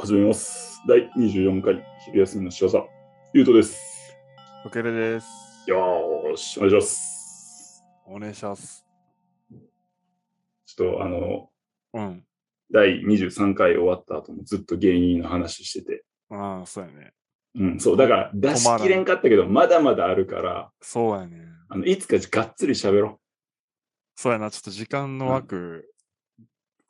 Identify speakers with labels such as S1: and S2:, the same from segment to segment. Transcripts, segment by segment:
S1: 始めます。第24回、昼休みの仕業、ゆうとです。
S2: かけれです。
S1: よーし、お願いします。
S2: お願いします。
S1: ちょっと、あの、
S2: うん。
S1: 第23回終わった後もずっと芸人の話してて。
S2: ああ、そうやね。
S1: うん、そう、だから出しきれんかったけど、まだまだあるから、
S2: そうやね。
S1: あのいつかがっつり喋ろ
S2: そうやな。ちょっと時間の枠、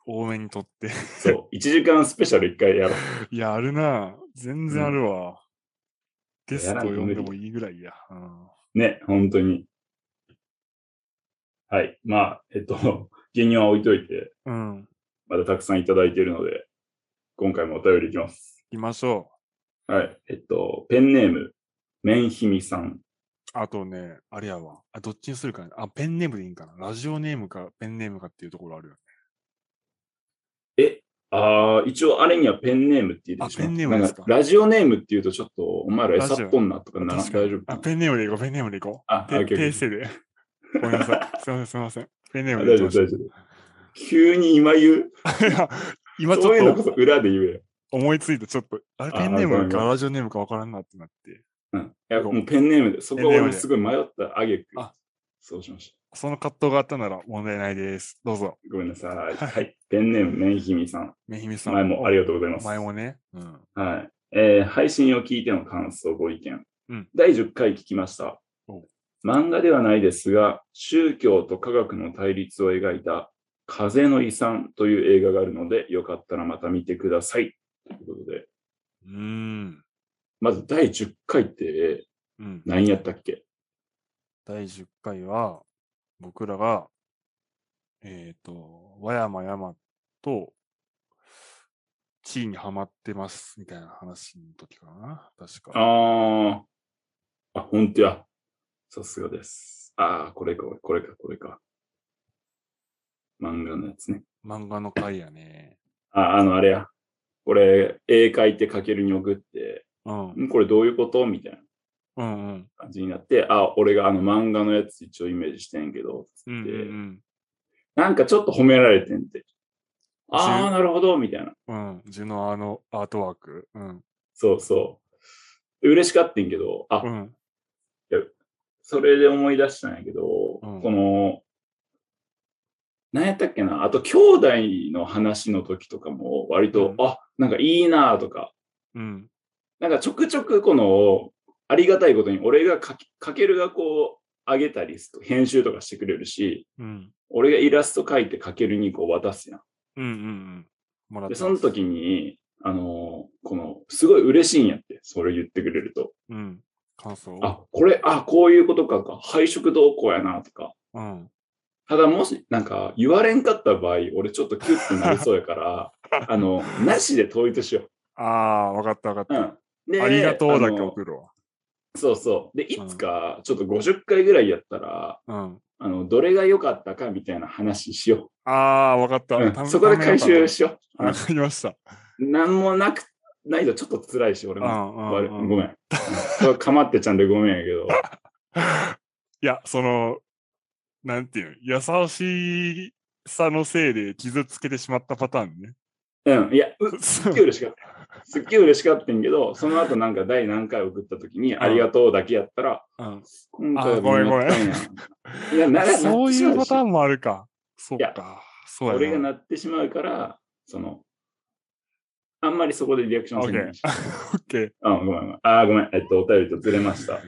S2: 多めにとって。
S1: う。そう、1時間スペシャル1回やろう。
S2: いや、あるな。全然あるわ。ゲス
S1: やら
S2: ト
S1: んと
S2: 呼ん
S1: 無理
S2: でもいいぐらいや。うん、
S1: ね、本当に。はい、まあ、えっと、芸人は置いといて、
S2: うん。
S1: まだたくさんいただいているので、今回もお便りいきます。
S2: 行きましょ
S1: はい。えっと、ペンネーム、メンヒミさん。
S2: う。あとね、あれやわ。あ、どっちにするかね。あ、ペンネームでいいんかな。ラジオネームかペンネームかっていうところあるよね。
S1: ああ、一応あれにはペンネームって言うでしょ。
S2: あペンネームですか
S1: なんラジオネームって言うとちょっと、お前ら
S2: ラジオ
S1: 餌っぽんなとかなら
S2: 確かに
S1: 大丈夫か
S2: あ、
S1: な
S2: ペンネームでいこう、ペンネームでいこ
S1: あ
S2: う。
S1: あ、オ
S2: て
S1: ッケーオッケー
S2: 訂正で。ごめんなさい。すいません、すいません。ペンネー
S1: あ
S2: ムで
S1: 大
S2: いき
S1: 丈夫、
S2: ましょう
S1: 大丈夫。急に今言う。
S2: いや 今ち
S1: そういう
S2: ょ
S1: の
S2: っ
S1: ことそ裏で言えよ。
S2: 思いついて、ちょっと、あれ
S1: あ
S2: ペンネーム
S1: ごめ
S2: か
S1: ん
S2: ラジオネームかわからんなってなって、
S1: うん。いや、もうペンネームで、そこは俺もすごい迷ったあげく
S2: あ。
S1: そうしました。
S2: その葛藤があったなら問題ないです。どうぞ、
S1: ごめんなさい。
S2: はい
S1: はい。ペンネーム、メンヒミさん。
S2: めひみさん。
S1: 前もありがとうございます。
S2: 前もね。うん。
S1: はい。えー配信を聞いての感想、ご意見。
S2: うん
S1: 第10回聞きました
S2: お。
S1: 漫画ではないですが、宗教と科学の対立を描いた、風の遺産という映画があるので、よかったらまた見てください。ということで、
S2: うーん。
S1: まず第10回って
S2: うん。
S1: 何やったっけ
S2: 第10回は、僕らが、えっ、と、和山山と、地位にはまってます、みたいな話の時かな。確か。
S1: あー、あ、本当や。さすがです。あー、これか、これか、これか。漫画のやつね。
S2: 漫画の回やね。
S1: あ、あの、あれや。これ、絵描いてかけるに送って、
S2: うん。うん
S1: んこれどういうことみたいな
S2: うん。
S1: 感じになって、あ、俺があの漫画のやつ一応イメージしてんけど、
S2: うんうんうん。
S1: なんかちょっと褒められてんって。あ
S2: 十
S1: あ、なるほど、みたいな。
S2: うん。ジュノアのアートワーク。うん。
S1: そうそう。嬉しかったんけど、あ、
S2: うん。
S1: それで思い出したんやけど、
S2: うん
S1: この、何やったっけな、あと兄弟の話の時とかも割と、
S2: うん
S1: あ、なんかいいなとか、
S2: うん。
S1: なんかちょくちょくこの、ありがたいことに俺がかけかけるがこう、あげたり、編集とかしてくれるし、
S2: うん。
S1: 俺がイラスト描いてかけるにこう渡すやん。
S2: うんうんうん。もらっ
S1: で、
S2: て
S1: そ
S2: ま
S1: の
S2: す。
S1: 時に、あのーこの、すごい嬉しいんやって、それ言ってくれると。
S2: うん。感想を
S1: あ、これ、あ、こういうことかか、配色動向やな、とか。
S2: うん。
S1: ただ、もし、なんか、言われんかった場合、俺ちょっとキュッてなりそうや から、あの、なしで統一しよ
S2: ああ、わかったわ
S1: う。
S2: か
S1: う
S2: っ
S1: ん。で
S2: た。ありがとうだけ
S1: あの
S2: 送るわ。
S1: そうそう。で、いつか、ちょっと50回ぐらいやったら、
S2: うん。
S1: あの、どれが良かったかみたいな話しよ
S2: ああ、わかった。
S1: う。うん
S2: た
S1: そこで回収
S2: し
S1: しよう。
S2: わかりました。
S1: うんなんもなく、ないとちょっと辛いし、俺
S2: う
S1: も。
S2: んう
S1: 悪い
S2: んう
S1: ご
S2: ん。
S1: めん。それはかまってちゃんでごめんやけど。
S2: いや、その、なんていうの、優しさのせいで傷つけてしまったパターン ね。
S1: うん。いや、う
S2: そ
S1: すっげえ嬉しかった。すっげえ嬉しかったんやけど、その後なんか第何回送った時に、
S2: ん
S1: ありがとうだけやったら、
S2: うん
S1: 今回は
S2: あごめんごめ
S1: な
S2: ん
S1: ったやんいや、なら、
S2: そういう
S1: な
S2: パ
S1: ってし
S2: タ
S1: ま
S2: ーンもあるか。そう
S1: いや
S2: か。
S1: うし
S2: そう
S1: 俺が
S2: やな。
S1: なってしまうから、その、あんまりそこでリアクションせないし。
S2: オッケー
S1: うん、ごめんごめん。あーごめん。えっと、お便りとずれました。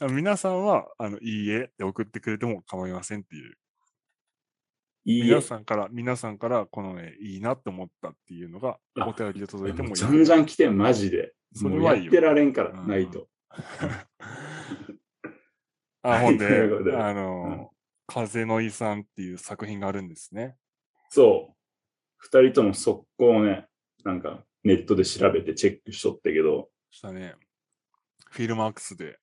S2: あ皆さんは、あの、いいえって送ってくれても構いませんっていう。
S1: いいえ
S2: 皆。さんから、皆さんから、このね、いいなって思ったっていうのが、
S1: あ
S2: お便りで届いてもいい。
S1: じゃんじゃん来て、マジで。
S2: そ
S1: も
S2: れ
S1: う
S2: は
S1: や
S2: いい
S1: っ
S2: よ
S1: てられんから、
S2: うん
S1: ないと。
S2: あ、ほ んで、
S1: ということで
S2: あの、風の遺産っていう作品があるんですね。
S1: そう。二人とも速攻ね、なんかネットで調べてチェックしとったけど、
S2: したね。フィルマークスで。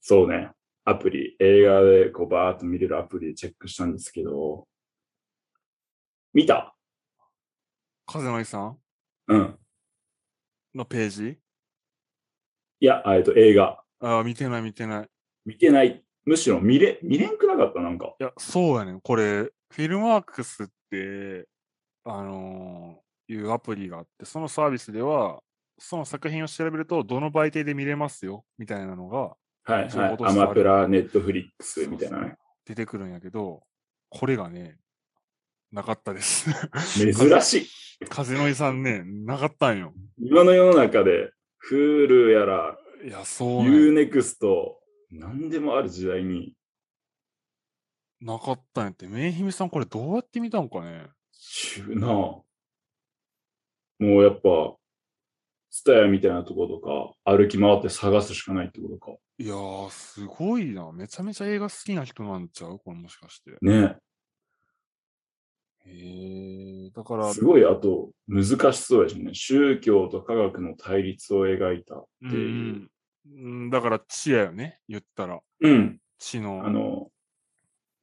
S1: そうね、アプリ、映画でこうバーっと見れるアプリでチェックしたんですけど、見た
S2: 風の遺産
S1: うん。
S2: のページ
S1: いや、あえっと、映画。
S2: あ、見てない見てない。
S1: 見てない。むしろ見れ、見れんくなかった、なんか。
S2: いや、そうやねん。これ、フィルマークスって、あのいうアプリがあって、そのサービスでは、その作品を調べると、どの媒体で見れますよ、みたいなのが
S1: はい
S2: そうい
S1: は
S2: う
S1: い
S2: こ。と
S1: ア
S2: です
S1: マプラ、ネットフリックス
S2: そう
S1: みたいなね。
S2: 出てくるんやけど、これがね、なかったです。
S1: 珍しい。
S2: 風の井さんね、なかったんよ。
S1: 今の世の中で、Hulu やら、
S2: いや、そうなんや
S1: Unext、何でもある時代に、
S2: なかったんやって。めいひめさん、これどうやって見たんかね
S1: ちゅなあもうやっぱ、スタヤみたいなとことか、歩き回って探すしかないってことか。
S2: いやー、すごいな。めちゃめちゃ映画好きな人なんちゃうこれもしかして。
S1: ね
S2: へえ、だから、
S1: すごい、あと、難しそうやしね。宗教と科学の対立を描いた。
S2: う
S1: てい
S2: んうん、うんだから、知やよね。言ったら。
S1: うん。
S2: 知
S1: あ
S2: の、
S1: の、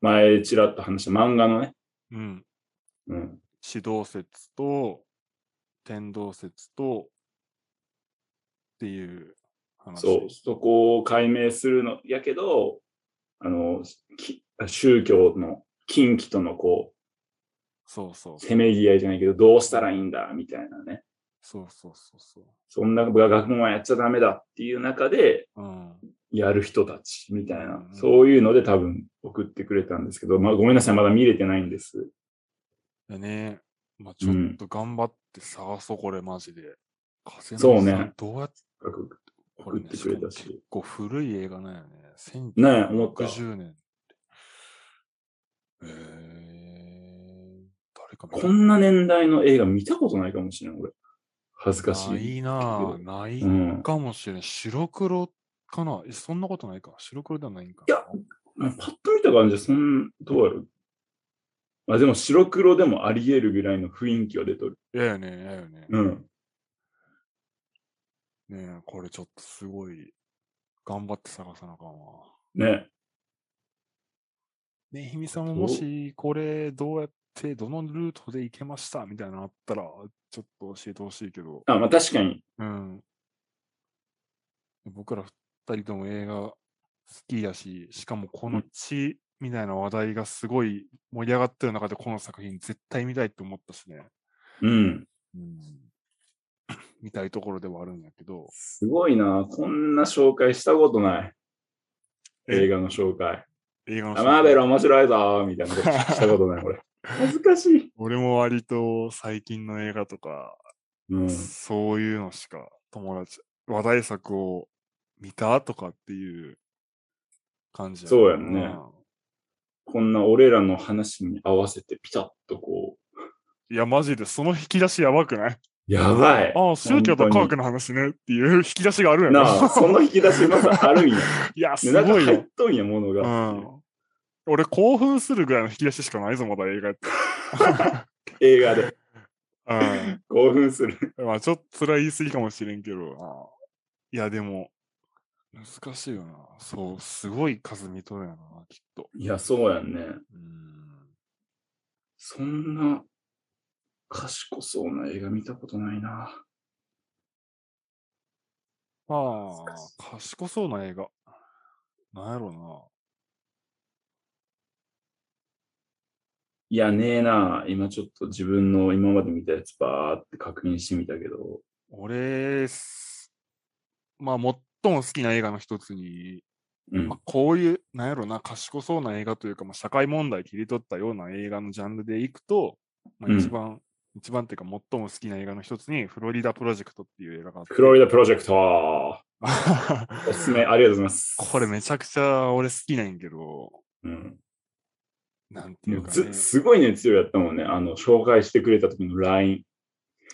S1: 前、ちらっと話した漫画のね。
S2: うん、
S1: うん。
S2: 地動説と、天動説と、っていう話。
S1: そう、そこを解明するの、やけど、あの、き宗教の近畿とのこ
S2: そうそう
S1: う、
S2: そう。
S1: せめぎ合いじゃないけど、どうしたらいいんだ、みたいなね。
S2: そうそうそうそ
S1: そんな学問はやっちゃダメだっていう中で、
S2: う。うん。
S1: やる人たちみたいな
S2: う、ん
S1: そういうので多分送ってくれたんですけど、まあごめんなさい、まだ見れてないんです。
S2: だね。まあ、ちょ
S1: うん
S2: っと頑張って探そう、これ、マジで。風
S1: そうね
S2: さん。どうやって、こ
S1: 送
S2: れ
S1: っ
S2: ね、
S1: て
S2: しか
S1: くれ
S2: も
S1: たし
S2: 結。構古い映画なんよね。1960
S1: ねえ、思った。
S2: 年って。えー、誰か見た
S1: こんな年代の映画見たことないかもしれない、俺。恥ずかし
S2: ない
S1: い。
S2: なぁ、な
S1: う
S2: い
S1: ん。
S2: かもしれない。白黒かなえ、そんなことないか。白黒ではないんか。
S1: いや、まあパッと見た感じ、そん、どうやろう。まあでも白黒でもあり得るぐらいの雰囲気は出とる。
S2: やよね、やよね。
S1: うん。
S2: ねえこれちょっとすごい、頑張って探さなあかんわ。
S1: ね。
S2: ねえ、ひみさんも
S1: どう
S2: もし、これどうやって、どのルートで行けましたみたいなのあったら、ちょっと教えてほしいけど。
S1: あ、まあ確かに。
S2: うん。僕ら二人とも映画好きやし、しかもこ
S1: う
S2: の
S1: ん
S2: 血みたいな話題がすごい盛り上がってる中でこの作品絶対見たいって思ったしね。
S1: うん。
S2: うん。見たいところではあるんやけど。
S1: すごいな。こんな紹介したことない。
S2: え
S1: 映画の紹介。
S2: 映画の
S1: あ
S2: 紹
S1: マー
S2: 介
S1: ベル面白いぞーみたい なことしたことない、俺。恥ずかしい。
S2: 俺も割と最近の映画とか、
S1: うん。
S2: そういうのしか友達、話題作を見たとかっていう感じ
S1: そう
S2: や
S1: や
S2: ね
S1: んねこんな俺らの話に合わせてピタッとこ、
S2: いや、マジでその引き出しやばくないう
S1: やばい。
S2: ああ、宗教と科学の話ねっていう引き出しがあるやん
S1: なあ、その引き出しまずあるんや。
S2: いや、 す
S1: でなんか
S2: ごい
S1: 入っ
S2: よ。
S1: とんや、もの
S2: う
S1: が。
S2: ん。俺、興奮するぐらいの引き出ししかないぞ、まだ映画って。
S1: 映画で。
S2: う
S1: 興奮する。
S2: ん。まあ、ちょっとそれは言い過ぎかもしれんけど。いや、でも、難しいよな。そう、すごい数見とるやな、きっと。
S1: いや、そうやんね。
S2: うん。
S1: そんな、賢そうな映画見たことないな。
S2: ま
S1: 難し
S2: あ、賢そうな映画。なんやろう
S1: いや、ねえな。今ちょっと自分の今まで見たやつばーって確認してみたけど。
S2: な。俺、すまあ、最も好きな映画の一つに、
S1: うん
S2: まあ、。こういう、なんやろな、賢そうな映画というか、まあ、社会問題切り取ったような映画のジャンルでいくと、まあ、
S1: うん
S2: 一番、一番っていうか、最も好きな映画の一つに、フロリダプロジェクトっていう映画があって。
S1: フロリダプロジェクトおすすめありがとうございます。
S2: これめちゃくちゃ俺好きなんやけど、
S1: うん、
S2: なんていうか、ね
S1: ず。すごい熱量やったもんね。あの、紹介してくれた時の LINE。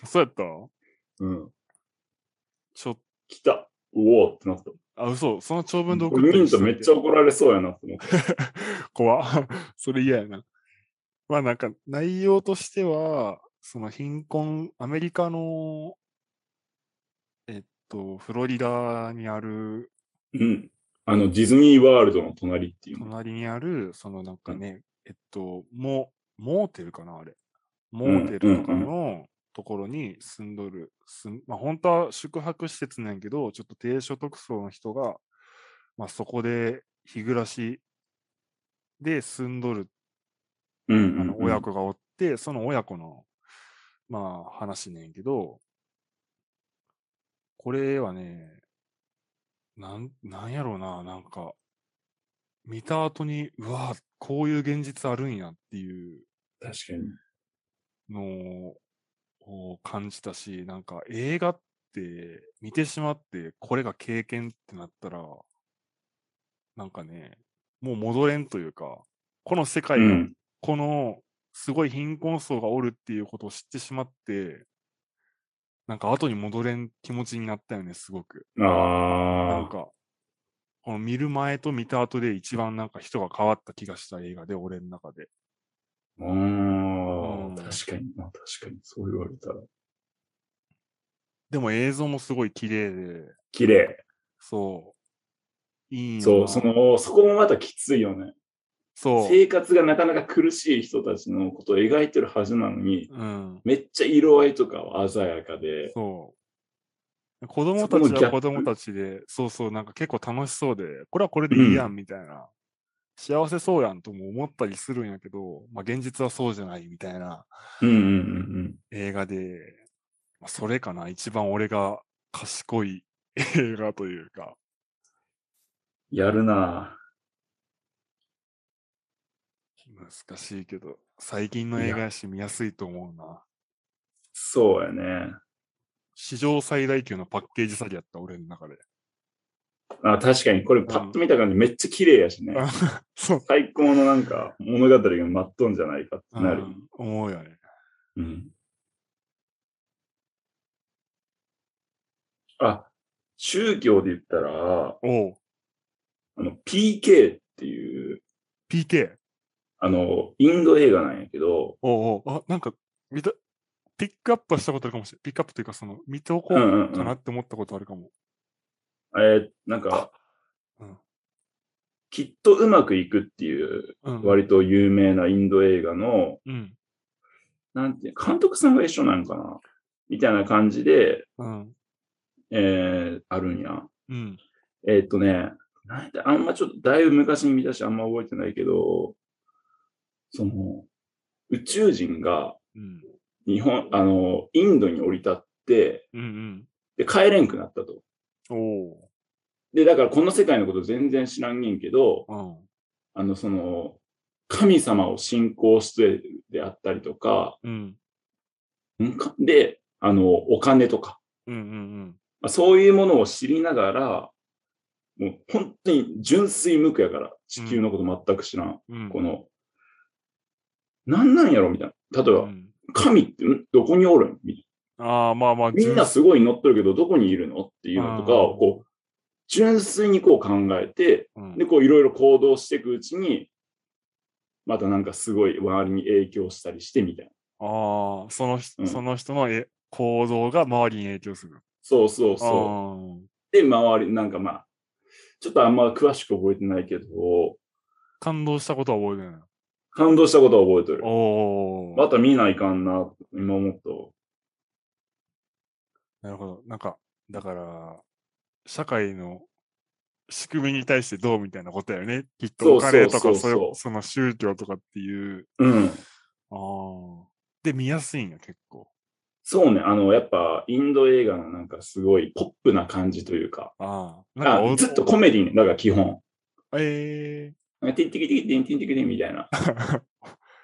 S2: そうやった
S1: うん。
S2: ちょ
S1: 来た。うおーってなった。
S2: あ、嘘、その長文で送った
S1: ミ
S2: り
S1: ン
S2: しと
S1: ト
S2: いて
S1: めっちゃ怒られそうやなと思って。
S2: 怖っそれ嫌やな。まあなんか内容としては、その貧困、アメリカの、えっと、フロリダにある、
S1: うん。あの、ディズニーワールドの隣っていうの。
S2: 隣にある、そのなんか
S1: うん
S2: ね、えっと、モ、モーテルかな、あれ。モーテルとか
S1: うん
S2: のところに住んどる、すんまあ本当は宿泊施設なんやけど、ちょっと低所得層の人が、まあそこで日暮らしで住んどる
S1: うん
S2: あの親子がおって、その親子の、まあ話ねんけど、これはね、なん、なんやろうな、なんか、見た後に、うわこういう現実あるんやっていう
S1: 確かに。
S2: のを感じたし、なんか映画って見てしまって、これが経験ってなったら、なんかね、もう戻れんというか、この世界
S1: う
S2: が
S1: ん。
S2: このすごい貧困層がおるっていうことを知ってしまって、なんか後に戻れん気持ちになったよね、すごく。なん
S1: ああ、
S2: か、この見る前と見た後で一番なんか人が変わった気がした映画で、俺の中で。
S1: う
S2: うん
S1: ん。確かに、まあ確かに、そう言われたら。
S2: でも映像もすごい綺麗で、
S1: 綺麗。
S2: そう。いいよ
S1: そ
S2: な
S1: う、そ、の、そこもまたきついよね。
S2: そう。
S1: 生活がなかなか苦しい人たちのことを描いてるはずなのに、
S2: うん。
S1: めっちゃ色合いとかは鮮やかで、
S2: そう。子
S1: そ
S2: 供た
S1: このギ
S2: ち
S1: ャッ
S2: は
S1: プ
S2: 子供たちで、そうそう、なんか結構楽しそうで、これはこれでいいやんみたいな、幸せそうやんとも思ったりするんやけど、まあ現実はそうじゃないみたいな
S1: うんうんうん
S2: 映画で、まあ、それかな、一番俺が賢い映画というか、
S1: うん。やるな
S2: 難しいけど、最近の映画やし見やすいと思うな。
S1: そうやね。
S2: 史上最大級のパッケージ詐欺やった、俺の中で。
S1: あ確かに、これパッと見た感じめっちゃ綺麗やしね。
S2: そう、
S1: 最高のなんか物語が待っとんじゃないかってなる
S2: う。ん思うよね。
S1: うん。あ、宗教で言ったら、
S2: おう、
S1: あの、PK っていう、
S2: PK。
S1: あの、インド映画なんやけど、
S2: おうおうあ、なんか、見た、ピックアップはしたことあるかもしれない。ピックアップというか、その、見ておこ
S1: うんうんう
S2: うんかなって思ったことあるかも。
S1: えーなんか
S2: うん、
S1: きっとうまくいくっていう、
S2: うん。
S1: 割と有名なインド映画の、
S2: うん。
S1: なんて、監督さんが一緒なんかなみたいな感じで、
S2: うん。
S1: えー、あるんや。
S2: うん。
S1: えーっとね、なんて、あんまちょっと、だいぶ昔に見たし、あんま覚えてないけど、その、宇宙人が
S2: うん。
S1: 日本、あの、インドに降り立って、
S2: うん。
S1: で、帰れんくなったと。
S2: うん。おう。
S1: で、だからこの世界のこと全然知らんねんけど、
S2: うん。
S1: あの、その、神様を信仰してであったりとか、
S2: うん。
S1: んかで、あの、お金とか、
S2: うん。うん。
S1: まあそういうものを知りながら、もう本当に純粋無垢やから、地球のこと全く知らん。
S2: うん。
S1: この、なんなんやろみたいな。例え
S2: う
S1: ば、
S2: ん。
S1: 神ってんどこにおるんみたい
S2: ああ、まあまあ、
S1: なみんな
S2: 純
S1: すごい乗っとるけど、どこにいるのっていうのとか
S2: う
S1: を、
S2: ん
S1: こう、純粋にこう考えて、
S2: うん
S1: で、こういろいろ行動していくうちに、またなんかすごい周りに影響したりしてみたいな。
S2: ああ、その人、
S1: うん
S2: その人のえ行動が周りに影響する。
S1: そうそう
S2: あ
S1: そう。で、周り、なんかまあ、ちょっとあんま詳しく覚えてないけど、
S2: あ。感動したことは覚えてない。
S1: 感動したことは覚えてる。
S2: おお。
S1: また見ないかんな、今思ったわ。
S2: なるほど。なんか、だから、社会の仕組みに対してどうみたいなことだよね。きっとお金
S1: そ
S2: と
S1: う
S2: か、
S1: そうそ
S2: そうう
S1: そう
S2: いうその宗教とかっていう。
S1: うん。
S2: ああ。で、見やすいんや、結構。
S1: そうね、あの、やっぱ、インド映画のなんかすごいポップな感じというか、
S2: ああ。なんか
S1: あ
S2: お
S1: ずっとコメディね、だから基本。
S2: え
S1: なんかティッティキティキティンティンティキティンみたいな。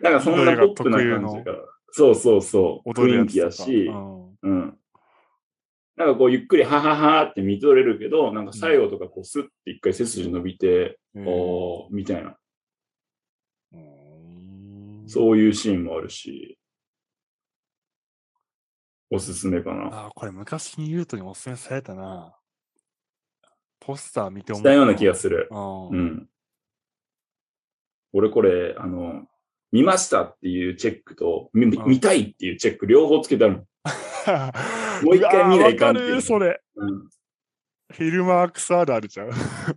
S2: え
S1: なんかそんなポップな
S2: インド映画特有
S1: 感
S2: の
S1: じだから。そうそうそう。
S2: 踊る
S1: 雰
S2: や
S1: 囲気
S2: つとか。
S1: やし
S2: う、ん
S1: うん。なんかこう、ゆっくり、はははって見とれるけど、なんか最後とかこう、スッて一回背筋伸びて、
S2: ええ
S1: おー、みたいな。
S2: うーん
S1: そういうシーンもあるし、おすすめかな。
S2: ああ、これ昔に言うとにおすすめされたな。ポスター見て思
S1: したような気が
S2: す
S1: する。
S2: る。 うん。
S1: うん。俺これ、あの、見ましたっていうチェックと、み
S2: うん
S1: 見たいっていうチェック両方つけてあるもん。
S2: も
S1: もう一回見ないか
S2: わか
S1: んっていう
S2: る、それ。
S1: うん、
S2: フィルマークスあるあるちゃう。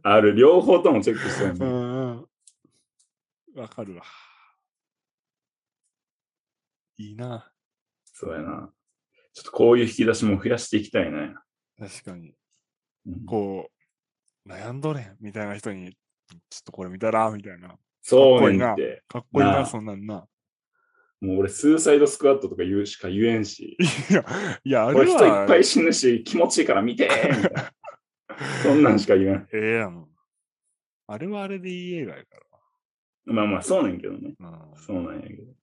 S1: ある、両方ともチェックしてる
S2: う
S1: もん。
S2: んうん。わかるわ。いいな。
S1: そうやな。ちょっとこういう引き出しも増やしていきたいね。
S2: 確かに。
S1: うん
S2: こう、悩んどれんみたいな人に、ちょっとこれ見たらみたいな。
S1: そう
S2: かっこい
S1: ね
S2: い
S1: ん
S2: な
S1: って。
S2: かっこいい
S1: な
S2: な、
S1: あ
S2: そんなんな。
S1: もう俺、スーサイドスクワットとか言うしか言えんし、
S2: いや、いや、あれ
S1: 俺
S2: は、
S1: 人いっぱい死ぬし、気持ちいいから 見てみたいな。そんなんしか言えん。
S2: ええやん。あれはあれでいい映画やか
S1: まあまあ、そうなんやけどね。
S2: ら。うん
S1: そうなんやけど。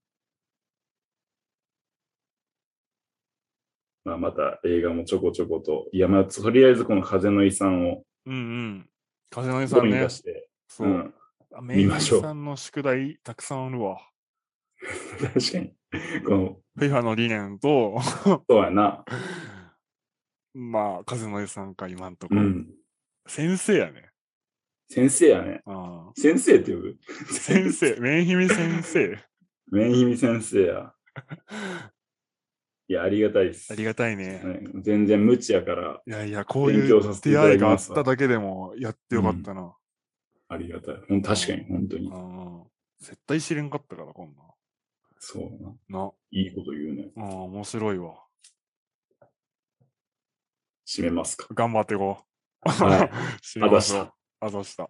S1: まあ、また映画もちょこちょこと、いや、まあ、とりあえずこの風の遺産を
S2: うんうん。風の井さ
S1: どうんにか
S2: ね。
S1: して、
S2: そうう。
S1: ん、
S2: あ
S1: 見ましょう
S2: メイさんの宿題たくさんあるわ。
S1: 確かに。この、
S2: FIFA の理念と、
S1: そうやな。
S2: まあ、風の井さんか、今んとこ。
S1: うん。
S2: 先生やね。
S1: 先生やね。
S2: あ
S1: 先生って呼ぶ
S2: あ先生、メンヒミ先生。
S1: メンヒミ先生や。いや、ありがたいです。
S2: ありがたいね。
S1: ね全然無知やから、
S2: いやいや、こうい
S1: 勉強さ
S2: う
S1: せてい
S2: 出
S1: ただ
S2: 会い
S1: き
S2: があ
S1: ま
S2: っ
S1: す
S2: ただけでもやってよかったな。
S1: ありがたい。ほん確かに、本当に。
S2: うん絶対知れんかったから、こん
S1: そうな。
S2: な。な。
S1: いいこと言うね。
S2: うん、面白いわ。
S1: 締めますか。
S2: 頑張っていこう。
S1: はい。
S2: 締
S1: あざ
S2: めま
S1: し
S2: しょ
S1: た
S2: う。。あざした。